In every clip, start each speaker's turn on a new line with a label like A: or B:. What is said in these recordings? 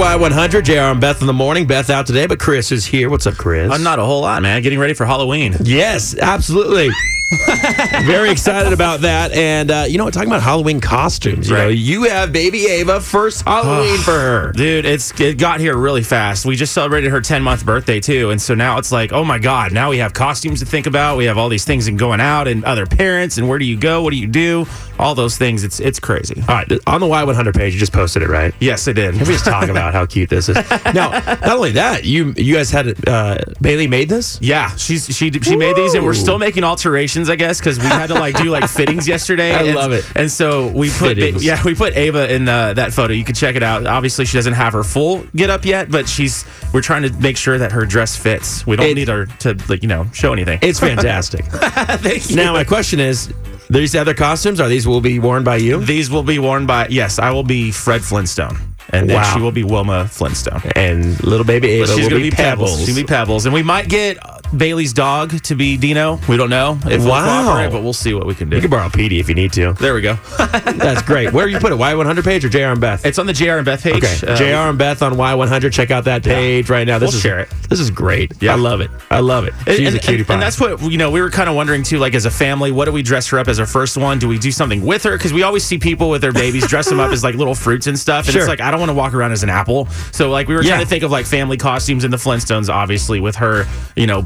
A: Y100, JR and Beth in the morning. Beth out today, but Chris is here. What's up, Chris?
B: I'm Uh, not a whole lot, man. Getting ready for Halloween.
A: Yes, absolutely. Very excited about that. And, uh, you know, talking about Halloween costumes, you know,
B: Right.
A: you have baby Ava, first Halloween for her.
B: Dude, it's it got here really fast. We just celebrated her 10 month birthday too, and so now it's like, oh my god, now we have costumes to think about. We have all these things and going out and other parents and where do you go? What do you do? All those things. It's it's crazy. Uh,
A: All right, th- on the Y100 page, you just posted it, right?
B: Yes, I did.
A: Can we just talk about how cute this is? Now, not only that, you you guys had uh, Bailey made this.
B: Yeah, she's she she made these, and we're still making alterations, I guess, because we had to like do like fittings yesterday.
A: I
B: and,
A: love it.
B: And so we put ba-
A: Fittings.
B: yeah we put Ava in uh, that photo. You can check it out. Obviously, she doesn't have her full get up yet, but she's we're trying to make sure that her dress fits. We don't
A: It-
B: need her to like you know show anything.
A: It's fantastic.
B: Thank you.
A: now, my question is: These other costumes are these will be worn by you?
B: These will be worn by yes, I will be Fred Flintstone, and then
A: Wow.
B: she will be Wilma Flintstone.
A: And little baby Ava
B: She's
A: will
B: gonna
A: be, Pebbles.
B: She'll be Pebbles, and we might get uh, Bailey's dog to be Dino. We don't know if we'll
A: Wow.
B: cooperate, but we'll see what we can do.
A: you can borrow Petey if you need to.
B: there we go.
A: That's great. Where you put it? Y100 page or JR and Beth?
B: It's on the JR and Beth page.
A: Okay.
B: Uh,
A: JR and Beth on Y100. Check out that page right now. This
B: We'll
A: is
B: share it.
A: This is great.
B: Yeah.
A: I love it. I love it.
B: and-
A: She's
B: and,
A: a cutie
B: and,
A: pie.
B: and that's what you know. We were kind of wondering too, like as a family, what do we dress her up as our first one? Do we do something with her? Because we always see people with their babies dress them up as like little fruits and stuff. And
A: Sure.
B: it's like I don't want to walk around as an apple. So like we were
A: Yeah.
B: trying to think of like family costumes in the Flintstones, obviously with her, you know,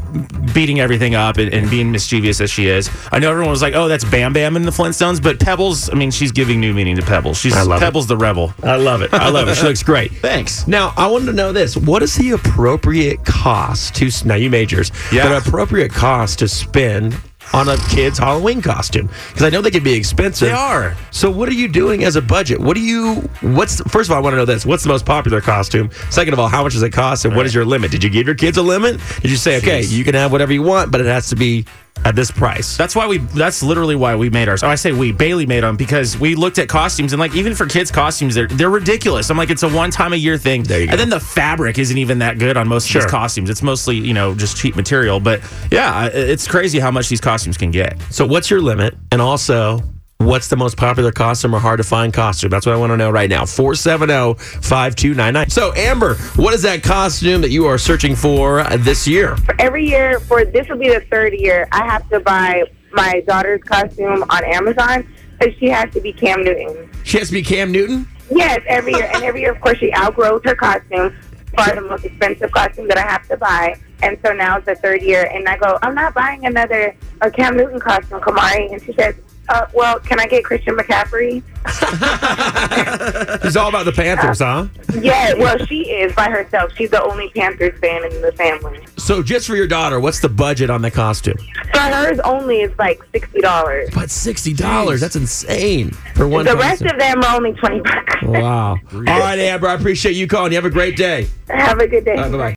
B: beating everything up and, and being mischievous as she is. I know everyone was like, oh, that's Bam Bam in the Flintstones, but Pebbles. I mean, she's giving new meaning to Pebbles. She's
A: I love it. Uh,
B: Pebbles the rebel.
A: I love it. I love it. She looks great.
B: Thanks.
A: Now, I wanted to know this. What is the appropriate cost to, now you majors,
B: Yeah.
A: but appropriate cost to spend on a kid's Halloween costume? Because I know they can be expensive.
B: They are.
A: So what are you doing as a budget? What do you, what's, first of all, I want to know this. What's the most popular costume? Second of all, how much does it cost? And what is your limit? Did you give your kids a limit? Did you say, okay,
B: Jeez.
A: you can have whatever you want, but it has to be at this price?
B: That's why we. That's literally why we made ours. Oh, I say we. Bailey made them because we looked at costumes and like even for kids' costumes, they're they're ridiculous. I'm like, it's a one time a year thing.
A: There you go.
B: And then the fabric isn't even that good on most of
A: Sure.
B: these costumes. It's mostly you know just cheap material. But yeah, I- it's crazy how much these costumes can get.
A: So what's your limit? And also, what's the most popular costume or hard to find costume? That's what I want to know right now. oh, 470-5299. So Amber, what is that costume that you are searching for uh, this year?
C: every year for this will be the third year I have to buy my daughter's costume on Amazon because she has to be Cam Newton.
A: She has to be Cam Newton?
C: Yes, every year, and every year, of course, she outgrows her costume. Far the most expensive costume that I have to buy, and so now it's the third year, and I go, I'm not buying another a Cam Newton costume, Kamari, and she says. Uh, well, can I get Christian McCaffrey?
A: It's all about the Panthers, huh?
C: Yeah, well, she is by herself. She's the only Panthers fan in the family.
A: So just for your daughter, what's the budget on the costume?
C: For hers only, it's like sixty dollars.
A: But $60. That's insane for one
C: The rest
A: costume.
C: of them are only twenty bucks.
A: Wow. All right, Amber, I appreciate you calling. You have a great day.
C: Have a good day.
A: All right, bye-bye.